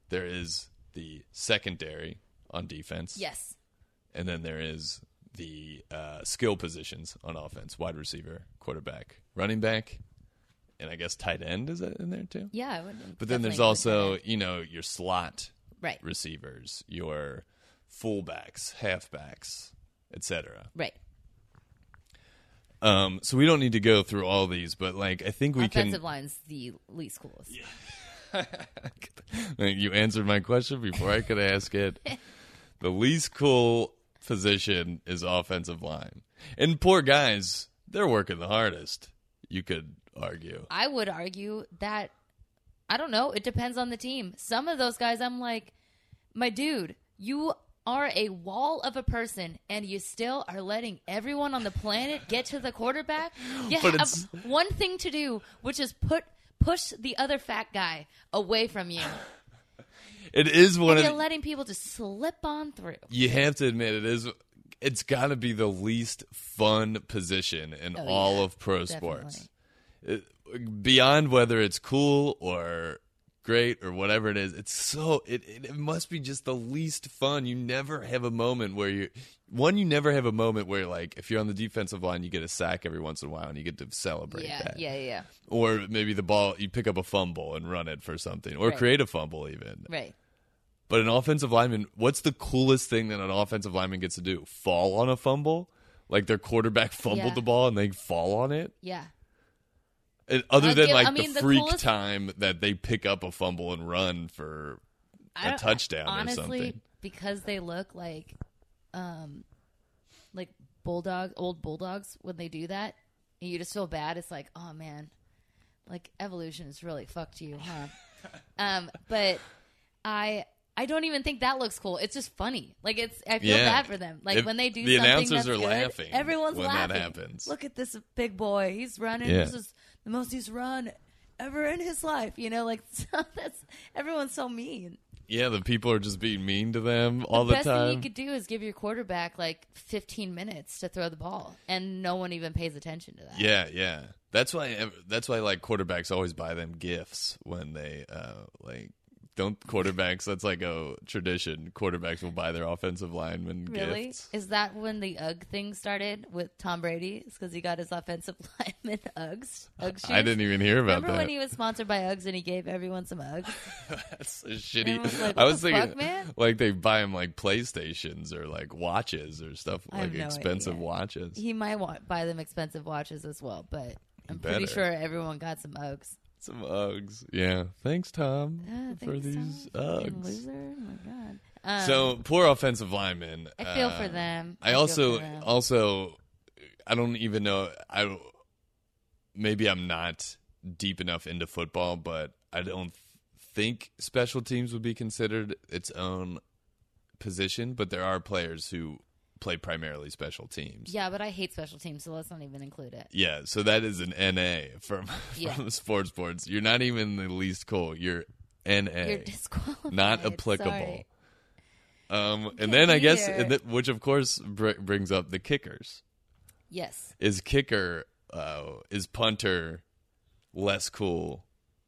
There is the secondary on defense.
Yes.
And then there is the uh, skill positions on offense wide receiver, quarterback, running back, and I guess tight end is that in there too?
Yeah. I would
But then
definitely
there's
include
also,
that.
you know, your slot
right.
receivers, your fullbacks, halfbacks, etc.
Right.
Um, so we don't need to go through all these, but like I think we
Offensive
can.
line's the least coolest.
you answered my question before I could ask it. The least cool position is offensive line, and poor guys, they're working the hardest. You could argue.
I would argue that I don't know. It depends on the team. Some of those guys, I'm like, my dude, you are a wall of a person, and you still are letting everyone on the planet get to the quarterback. You
But
have
it's-
one thing to do, which is put push the other fat guy away from you.
It is one of
You're
the-
letting people just slip on through.
you have to admit it is. It's got to be the least fun position in
Oh,
all
yeah,
of pro
definitely.
sports. beyond whether it's cool or great or whatever it is it's so it, it, it must be just the least fun you never have a moment where you one you never have a moment where like if you're on the defensive line you get a sack every once in a while and you get to celebrate
Yeah,
that
yeah, yeah.
or maybe the ball you pick up a fumble and run it for something or
Right.
create a fumble even
Right.
but an offensive lineman what's the coolest thing that an offensive lineman gets to do fall on a fumble like their quarterback fumbled
Yeah.
the ball and they fall on it
Yeah.
and other
I'll
than
give-
like
I mean,
the
the
freak
coolest-
time that they pick up a fumble and run for
I don't-
touchdown or
honestly,
something.
because they look like, um, like bulldog old bulldogs when they do that, and you just feel bad. It's like, oh man, like evolution has really fucked you, huh? um, but I. I don't even think that looks cool. It's just funny. Like it's, I feel
Yeah.
bad for them. Like
If
when they do,
the
something
announcers
that's
are
good,
laughing
Everyone's
when that
laughing.
happens.
Look at this big boy. He's running.
Yeah.
This is the most he's run ever in his life. You know, like so that's everyone's so mean.
Yeah, the people are just being mean to them all the,
best thing
time.
you could do is give your quarterback like 15 minutes to throw the ball, and no one even pays attention to that.
yeah, yeah. That's why. ev- That's why like quarterbacks always buy them gifts when they uh like don't quarterbacks. That's like a tradition. Quarterbacks will buy their offensive linemen
Really?
gifts.
Is that when the UGG thing started with Tom Brady? It's because he got his offensive lineman UGGs. UGG shoes.
I didn't even hear about
Remember
that.
when he was sponsored by UGGs and he gave everyone some UGGs?
That's a shitty.
I was like,
I
what
was
the
thinking,
fuck, man?
like they buy him like PlayStations or like watches or stuff
I have
like
no
expensive
idea.
watches.
He might want buy them expensive watches as well, but I'm pretty
better.
sure everyone got some UGGs.
Some Uggs. Yeah. Thanks, Tom,
Ah,
for
thanks, Tom.
these
Fucking
Uggs.
Loser. Oh my god. Um,
So poor offensive lineman. uh,
I feel for them.
I
feel
also
for them.
also I don't even know I don't- maybe I'm not deep enough into football, but I don't think special teams would be considered its own position, but there are players who play primarily special teams.
yeah, but I hate special teams, so let's not even include it.
Yeah, so that is an NA from
Yeah.
from sports boards. You're not even the least cool. You're NA.
You're disqualified.
not applicable.
Sorry.
Um,
Can't
and then I
be
guess,
there.
and th- which of course br- brings up the kickers.
Yes.
Is kicker uh, is punter less cool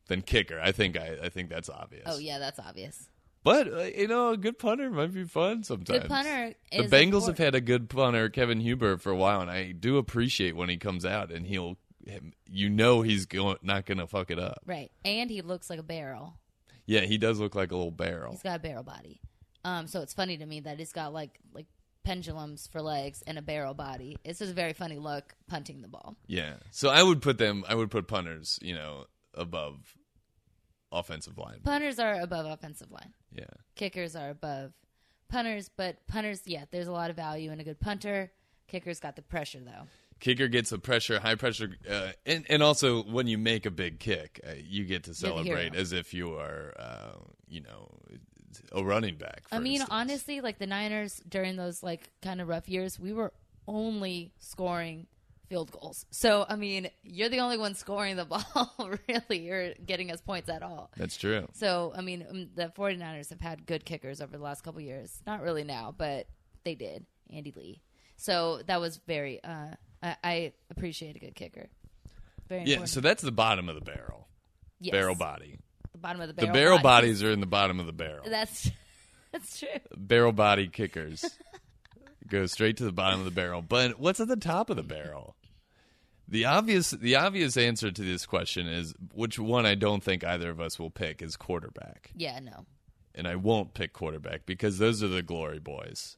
than kicker? I think I, I think that's obvious.
Oh yeah, that's obvious.
But uh, you know, a good punter might be fun sometimes.
Good punter.
The
is
Bengals have
important.
had a good punter, Kevin Huber, for a while, and I do appreciate when he comes out and he'll, him, you know, he's going not going to fuck it up.
right, and he looks like a barrel.
Yeah, he does look like a little barrel.
He's got a barrel body. Um, so it's funny to me that he's got like like pendulums for legs and a barrel body. It's just a very funny look punting the ball.
Yeah. So I would put them. I would put punters. You know, above offensive line.
Punters are above offensive line.
yeah.
Kickers are above punters, but punters, yeah, there's a lot of value in a good punter. Kickers got the pressure though.
Kicker gets the pressure, high pressure, uh, and and also when you make a big kick, uh, you get to
You're the hero.
celebrate as if you are, uh, you know, a running back. for
I mean,
instance.
honestly, like the Niners during those like kind of rough years, we were only scoring field goals. So I mean, you're the only one scoring the ball, really, or getting us points at all.
that's true.
So, I mean, um, the 49ers have had good kickers over the last couple years. Not really now, but they did. Andy Lee. So that was very, uh, I, I appreciate a good kicker. Very
Yeah.
important.
So that's the bottom of the barrel.
Yes.
Barrel body.
The bottom of the
The
barrel.
barrel
body.
bodies are in the bottom of the barrel.
That's, that's true.
barrel body kickers go straight to the bottom of the barrel. But what's at the top of the barrel? The obvious the obvious answer to this question is which one I don't think either of us will pick is quarterback.
Yeah, no.
And I won't pick quarterback because those are the glory boys.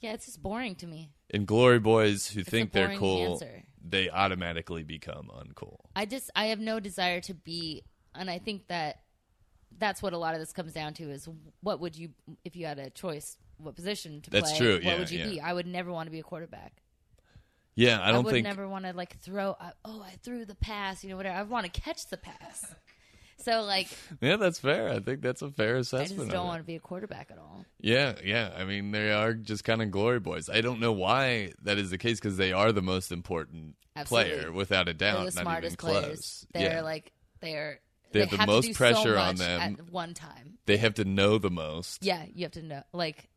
Yeah, it's just boring to me.
And glory boys who think they're
boring
cool,
answer.
they automatically become uncool.
I just I have no desire to be, and I think that that's what a lot of this comes down to is what would you if you had a choice what position to
That's
play?
true,
What
yeah,
would you
yeah.
be? I would never want to be a quarterback.
Yeah, I don't
would
think
never want to like throw. I, oh, I threw the pass. You know whatever. I want to catch the pass. So like,
Yeah, that's fair. I think that's a fair
I
assessment.
just
of
don't
it.
want to be a quarterback at all.
Yeah, yeah. I mean, they are just kind of glory boys. I don't know why that is the case because they are the most important
Absolutely.
player, without a doubt.
They're the
Oh, not even
smartest
close.
players. They're
yeah.
like they're
They have the
to
most
do so
pressure on
much
them.
at one time.
they have to know the most.
Yeah, you have to know like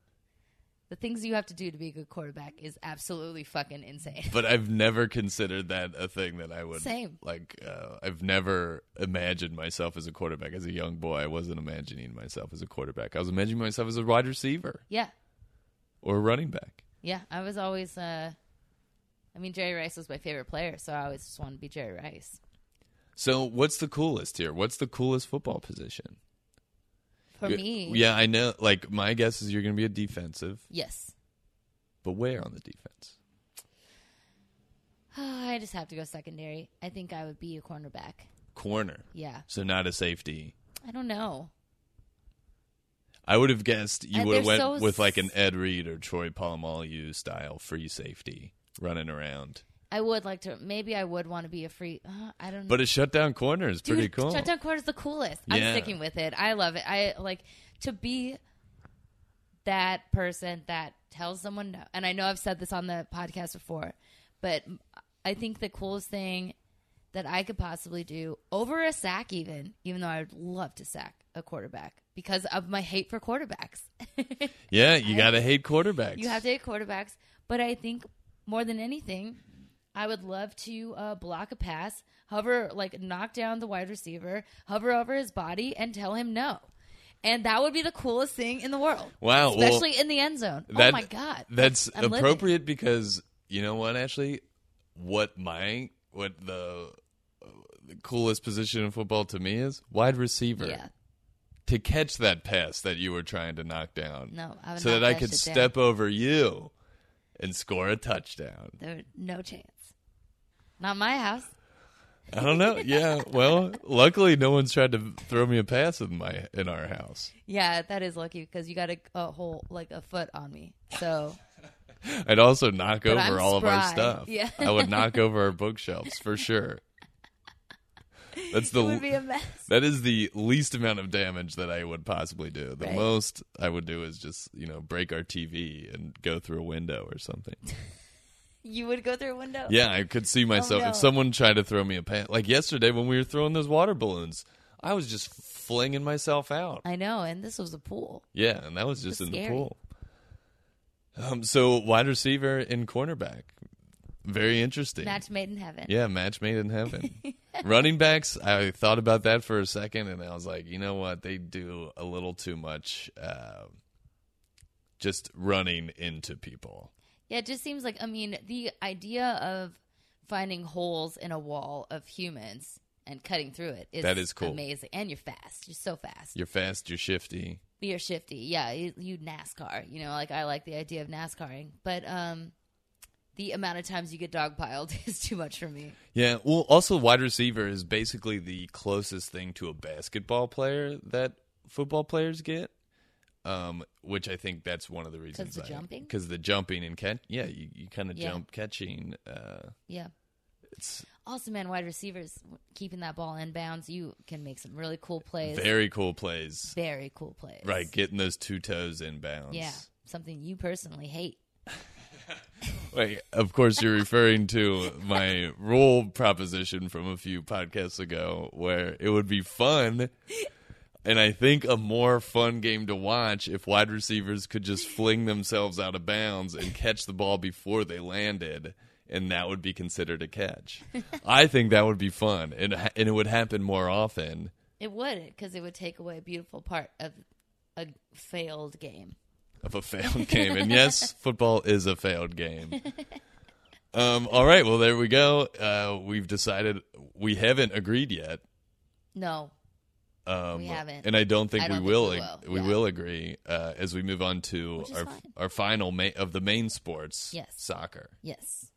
the things you have to do to be a good quarterback is absolutely fucking insane.
But I've never considered that a thing that I would
Same.
Like, uh, I've never imagined myself as a quarterback. As a young boy, I wasn't imagining myself as a quarterback. I was imagining myself as a wide receiver
Yeah,
or a running back.
yeah. I was always, uh, I mean, Jerry Rice was my favorite player, so I always just wanted to be Jerry Rice.
So, what's the coolest here? What's the coolest football position?
For
Yeah,
me,
yeah, I know. Like, my guess is you're going to be a defensive.
yes.
But where on the defense?
I just have to go secondary. I think I would be a cornerback.
Corner.
Yeah,
So not a safety.
I don't know.
I would have guessed you
Uh,
would have
they're
went
so
with like
s-
an Ed Reed or Troy Polamalu style free safety running around.
I would like to. Maybe I would want to be a free. Uh, I don't. know.
But a shutdown corner is pretty
Dude,
cool.
Shutdown Court is the coolest. I'm
Yeah.
sticking with it. I love it. I like to be that person that tells someone no. And I know I've said this on the podcast before, but I think the coolest thing that I could possibly do over a sack, even, even though I would love to sack a quarterback because of my hate for quarterbacks.
Yeah, you gotta hate quarterbacks.
You have to hit quarterbacks, but I think more than anything, I would love to uh, block a pass, hover like knock down the wide receiver, hover over his body, and tell him no. And that would be the coolest thing in the world.
Wow, well,
especially in the end zone.
That-
oh my god,
That's
I'm living.
appropriate because you know what, Ashley? What my what the, the coolest position in football to me is wide receiver
Yeah,
to catch that pass that you were trying to knock down.
No, I would
so
knock
that I
that
could
shit down.
step over you and score a touchdown.
there's no chance. Not my house.
I don't know. Yeah. Well, luckily no one's tried to throw me a pass in my in our house.
Yeah, that is lucky because you got a, a whole like a foot on me. So
I'd also knock over
I'm
all of our
spry.
stuff.
Yeah.
I would knock over our bookshelves for sure. That's the
it would be a mess.
That is the least amount of damage that I would possibly do. The
Right.
most I would do is just, you know, break our TV and go through a window or something.
You would go through a window.
yeah, I could see myself
Oh, no.
if someone tried to throw me a pan like yesterday when we were throwing those water balloons, I was just flinging myself out.
I know. And this was a pool.
Yeah, and that was just
was
in the
Uh, scary.
pool. Um so wide receiver and cornerback. Very interesting.
Match made in heaven.
Yeah, match made in heaven. Running backs, I thought about that for a second, and I was like, you know what? They do a little too much, uh, just running into people.
Yeah, it just seems like I mean the idea of finding holes in a wall of humans and cutting through it is
That is cool.
amazing. And you're fast. You're so fast.
You're fast, you're shifty.
You're shifty. Yeah, you, you NASCAR. You know, like I like the idea of NASCARing, but um, the amount of times you get dogpiled is too much for me.
Yeah. Well, also wide receiver is basically the closest thing to a basketball player that football players get. Um, which I think that's one of the reasons.
the jumping?
Because the jumping and catch. Yeah, you, you kind of
Yeah.
jump catching. Uh,
Yeah.
it's
Also, man, wide receivers keeping that ball in bounds, you can make some really cool plays.
very cool plays.
very cool plays.
Right, getting those two toes in bounds.
Yeah. Something you personally hate.
Wait, of course, you're referring to my rule proposition from a few podcasts ago where it would be fun. And I think a more fun game to watch if wide receivers could just fling themselves out of bounds and catch the ball before they landed, and that would be considered a catch. I think that would be fun, and ha- and it would happen more often.
It would, because it would take away a beautiful part of a failed game.
of a failed game. And yes, football is a failed game. Um, all right, well, there we go. Uh, we've decided we haven't agreed yet.
No,
Um,
We haven't.
And I don't think
I
we
don't
will.
think we
ag-
will.
We
Yeah.
will agree uh, as we move on to
Which is
our,
fine.
our final ma- of the main sports
Yes.
soccer.
yes.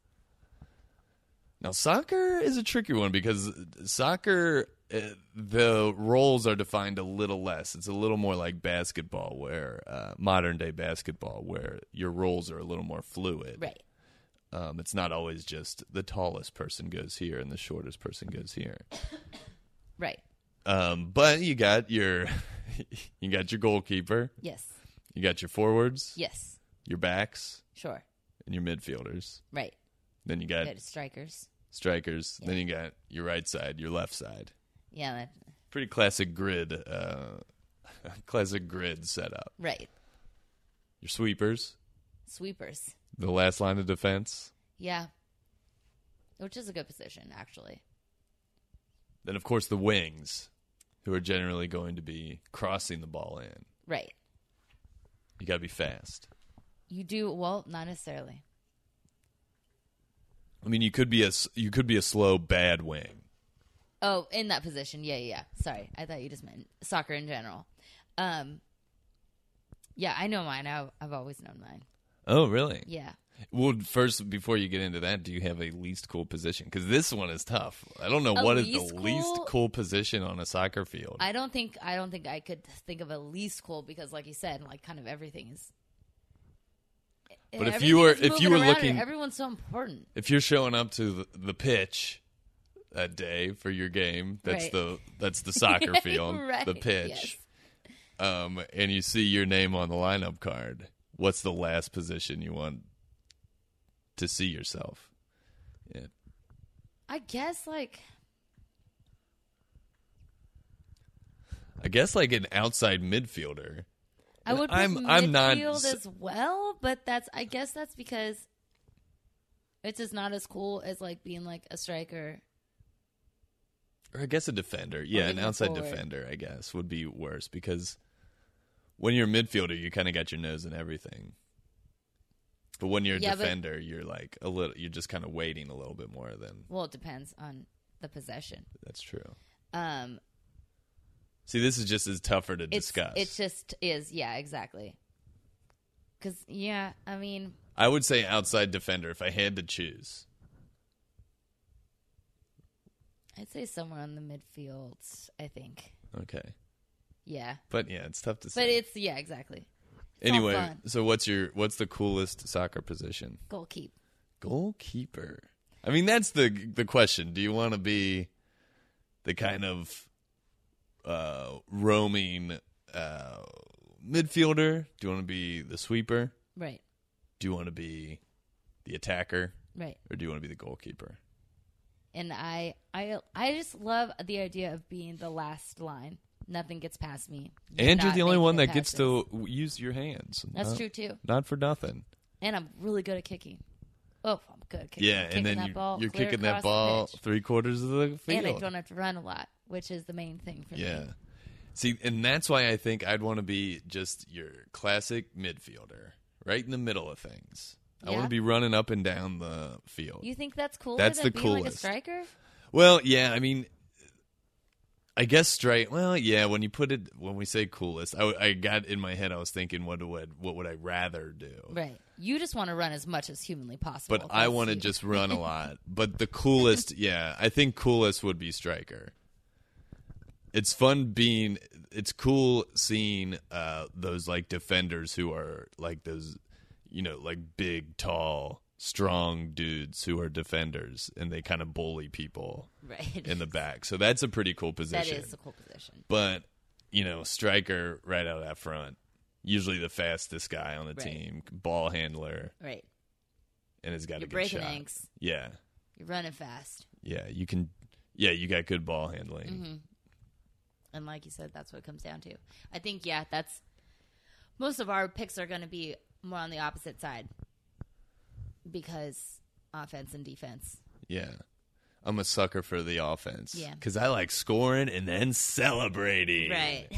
Now, soccer is a tricky one because soccer, uh, the roles are defined a little less. It's a little more like basketball, where uh, modern day basketball, where your roles are a little more fluid.
Right.
Um, it's not always just the tallest person goes here and the shortest person goes here.
Right.
Um, but you got your you got your goalkeeper,
Yes.
you got your forwards,
Yes.
your backs,
Sure.
and your midfielders.
Right.
Then you got
Good strikers.
strikers. Then you got your right side, your left side.
Yeah. That,
Pretty classic grid, uh, classic grid setup.
right.
Your sweepers,
Sweepers.
the last line of defense.
Yeah. Which is a good position, actually.
Then of course the wings, who are generally going to be crossing the ball in.
Right.
You got to be fast.
You do well, not necessarily.
I mean, you could be a s- you could be a slow bad wing.
Oh, in that position. Yeah, yeah, yeah. Sorry. I thought you just meant soccer in general. Um Yeah, I know mine. I've, I've always known mine.
Oh, really?
Yeah.
Well, first before you get into that, do you have a least cool position? Because this one is tough. I don't know
A
what is the
least
least
cool-
cool position on a soccer field.
I don't think I don't think I could think of a least cool because, like you said, like kind of everything is.
But if
everything
you were-
is
if
moving
you were
around and
looking-
everyone's so important.
if you're showing up to the, the pitch that day for your game, that's
Right.
the that's the soccer field, the
Right,
pitch.
yes.
um, and you see your name on the lineup card, what's the last position you want to see yourself? Yeah.
I guess like
I guess like an outside midfielder.
I would. Put
I'm-
I'm
I'm not s-
as well, but that's I guess that's because it's just not as cool as like being like a striker.
or I guess a defender. Yeah, an
even
outside
forward.
defender, I guess, would be worse because when you're a midfielder, you kind of got your nose in everything. But when you're a
Yeah, but-
defender, you're like a little. You're just kind of waiting a little bit more. Then
Well, it depends on the possession.
that's true.
Um,
See, this is just as tougher to
it's
discuss.
it just is. Yeah, exactly. Because yeah, I mean,
I would say outside defender if I had to choose.
I'd say somewhere on the midfield. I think.
Okay,
Yeah,
but yeah, it's tough to say.
but it's yeah, exactly. all
anyway,
fun.
so what's your what's the coolest soccer position?
Goalkeep.
goalkeeper. I mean, that's the the question. Do you want to be the kind of uh, roaming uh, midfielder? Do you want to be the sweeper?
Right.
Do you want to be the attacker,
Right.
or do you want to be the goalkeeper?
and I I I just love the idea of being the last line. Nothing gets past me.
and you're
not
the only
making
one
it
that
past
gets
this.
to uh, w- use your hands.
That's
Not-
true too.
Not for nothing.
And I'm really good at kicking. Oh, I'm good. At kicking.
Yeah,
kicking
and then
that
you,
ball,
you're
clear
kicking that
across the
ball
pitch.
three quarters of the field.
And I don't have to run a lot, which is the main thing for
Yeah.
me.
See, and that's why I think I'd want to be just your classic midfielder, right in the middle of things. I want
Yeah.
to be running up and down the field.
You think that's cool?
That's
than
the
being like a
coolest.
striker.
well, yeah, I mean, I guess straight. Well, yeah, when you put it, when we say coolest, I, w- I got in my head, I was thinking, what would what would I rather do?
Right. You just want to run as much as humanly possible.
But I
That's
want to
you.
just run a lot. But the coolest, yeah, I think coolest would be striker. It's fun being. It's cool seeing uh, those like defenders who are like those, you know, like big, tall, strong dudes who are defenders, and they kind of bully people
right.
in the back. So that's a pretty cool
that
position.
is a cool position.
But you know, striker right out that front, usually the fastest guy on the
Right.
team, ball handler,
Right.
and has got a
You're
good
breaking
shot.
eggs.
Yeah.
You're running fast,
Yeah, you can. Yeah, you got good ball handling.
Mm-hmm. and like you said, that's what it comes down to. I think yeah, that's most of our picks are going to be more on the opposite side because offense and defense.
Yeah, I'm a sucker for the offense.
Yeah.
because I like scoring and then celebrating.
Right.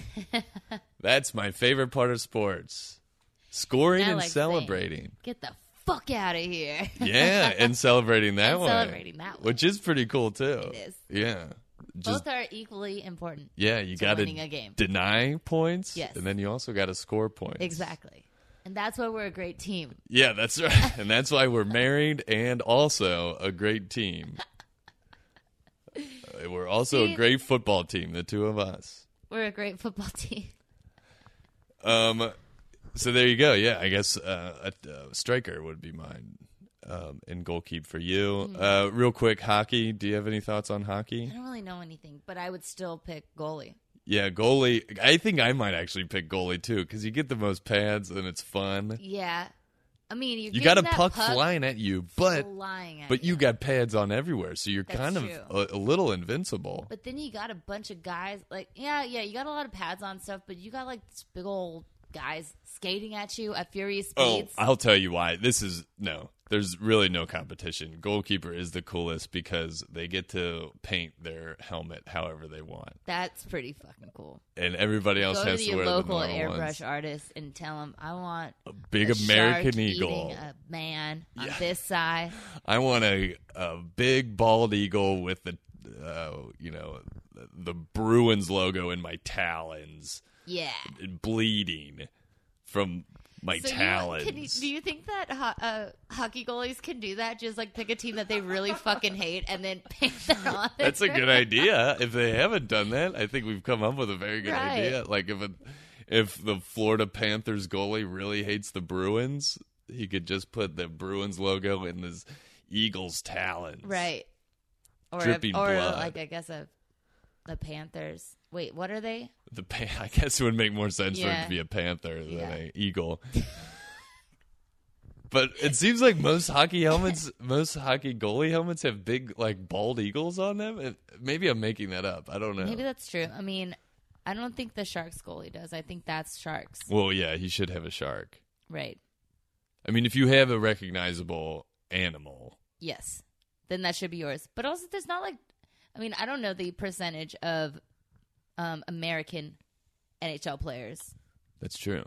that's my favorite part of sports: scoring
I
and
like
celebrating.
Get the fuck out of here.
yeah, and celebrating that
And
one.
celebrating that way.
which is pretty cool too.
It is.
Yeah, just
Both are equally important.
yeah, you
to
got
winning a game.
deny points.
Yes.
and then you also got to score points.
Exactly. And that's why we're a great team.
Yeah, that's right. and that's why we're married and also a great team. Uh, We're also a
See?
great football team, the two of us.
We're a great football team.
Um, so there you go. Yeah, I guess uh, a, a striker would be mine, um, and goalkeeper for you. Uh, real quick, hockey. Do you have any thoughts on
I
hockey?
don't really know anything, but I would still pick goalie.
Yeah, goalie. I think I might actually pick goalie too because you get the most pads and it's fun.
Yeah. I mean, you're
You got a
getting
puck,
that
flying at you, but
flying at
but you got pads on everywhere, so you're
That's
kind of
true.
a, a little invincible.
But then you got a bunch of guys, like, yeah, yeah, you got a lot of pads on stuff, but you got like this big old guys skating at you at furious
Oh,
speeds.
I'll tell you why. This is no. There's really no competition. Goalkeeper is the coolest because they get to paint their helmet however they want,
That's pretty fucking cool.
and everybody else
Go to
has to
your
wear
local
the normal
airbrush
ones.
artist and tell him, I want
A big
a
American
shark
eagle.
eating a man on
Yeah.
this side.
I want a a big bald eagle with the uh, you know the, the Bruins logo in my talons,
Yeah.
bleeding from my
So you-
talons.
can you- do you think that ho- uh, hockey goalies can do that? Just like pick a team that they really fucking hate and then paint that on. their-
That's a good idea. If they haven't done that, I think we've come up with a very good
Right.
idea. Like if a, if the Florida Panthers goalie really hates the Bruins, he could just put the Bruins logo in his Eagles talons.
right? Or
Dripping
a, or
blood.
like I guess a the Panthers. Wait, what are they?
The pan- I guess it would make more sense for it
Yeah.
to be a panther than
Yeah.
an eagle. but it seems like most hockey helmets, most hockey goalie helmets have big like bald eagles on them. It- maybe I'm making that up. I don't know.
Maybe that's true. I mean, I don't think the Sharks goalie does. I think that's Sharks.
well, yeah, he should have a shark.
Right.
I mean, if you have a recognizable animal,
Yes. Then that should be yours. But also, there's not like, I mean, I don't know the percentage of um, American NHL players.
that's true.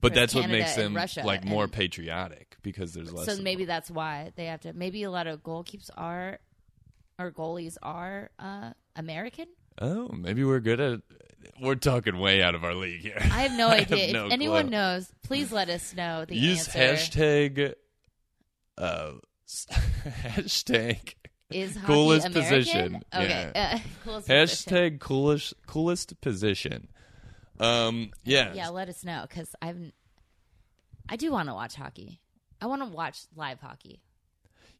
But
Whereas
that's
Canada
what makes
and
them
Russia
like more
and-
patriotic because there's less. of
So
them.
maybe that's why they have to. Maybe a lot of goalkeepers are, or goalies are uh, American.
oh, maybe we're good at. We're talking way out of our league here.
I have no idea. if
no
anyone
clue.
knows, please let us know the
Use
answer.
hashtag. Uh, s- hashtag
is hockey
coolest
American?
position.
Okay. Uh, coolest position.
hashtag coolest coolest position. Um. Yeah.
Yeah, let us know because I'm. I do want to watch hockey. I want to watch live hockey.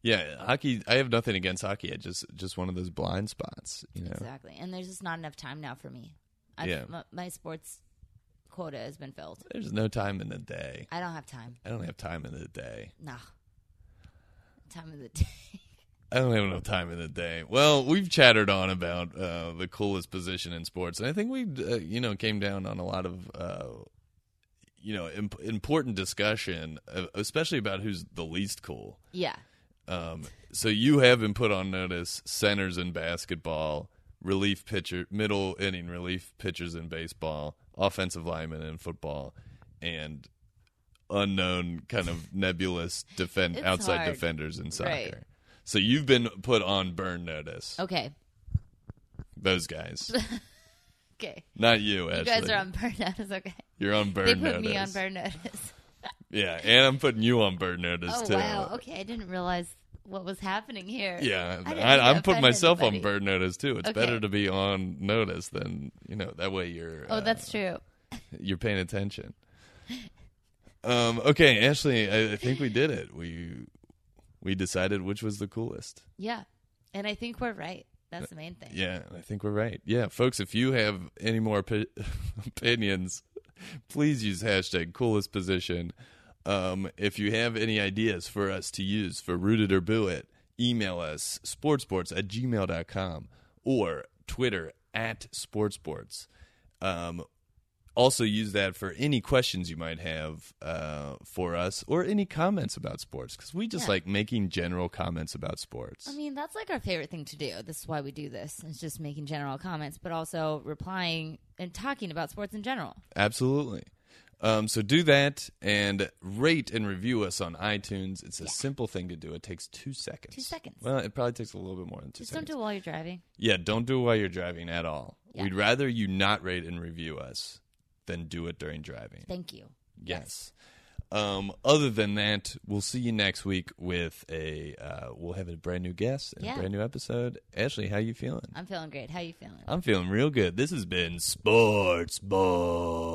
Yeah. Hockey. I have nothing against hockey. I just just one of those blind spots. You know.
Exactly. And there's just not enough time now for me. I've,
Yeah.
my, my sports quota has been filled.
There's no time in the day.
I don't have time.
I don't have time in the day.
Nah. Time of the day.
I don't have enough time in the day. Well, we've chattered on about uh, the coolest position in sports, and I think we, uh, you know, came down on a lot of, uh, you know, imp- important discussion, uh, especially about who's the least cool.
yeah.
Um, so you have been put on notice: centers in basketball, relief pitcher, middle inning relief pitchers in baseball, offensive linemen in football, and unknown kind of nebulous defend
It's
outside
hard.
defenders in soccer.
Right.
So you've been put on burn notice.
Okay.
Those guys,
Okay.
not you, Ashley.
You guys are on burn notice. Okay.
You're on burn
They put
notice.
me on burn notice.
Yeah, and I'm putting you on burn notice
Oh,
too.
wow. Okay. I didn't realize what was happening here.
Yeah,
I
I
didn't mean to
I, am putting
offend
myself
anybody.
on bird notice too. It's
Okay.
better to be on notice than you know. That way you're
Oh,
uh,
that's true.
you're paying attention. Um. Okay, Ashley, I, I think we did it. We we decided which was the coolest.
Yeah. And I think we're right. That's the main thing.
Yeah, I think we're right. Yeah, folks, if you have any more opi- opinions, please use hashtag coolest position. Um, if you have any ideas for us to use for Rooted or Boo It, email us sportsports at gmail.com or Twitter at sportsports. Um, also use that for any questions you might have uh, for us or any comments about sports because we just
Yeah.
like making general comments about sports.
I mean, that's like our favorite thing to do. This is why we do this. It's just making general comments, but also replying and talking about sports in general.
Absolutely. Um, so do that and rate and review us on iTunes. It's a simple thing to do. It takes two seconds.
Two seconds.
Well, it probably takes a little bit more than two
Just
seconds.
don't do it while you're driving.
yeah, don't do it while you're driving at all.
Yeah.
We'd rather you not rate and review us than do it during driving.
Thank you.
Yes. Um, other than that, we'll see you next week with a. Uh, we'll have a brand new guest and
Yeah.
a brand new episode. Ashley, how you feeling?
I'm feeling great. How you feeling?
I'm feeling real good. This has been Sports Sports.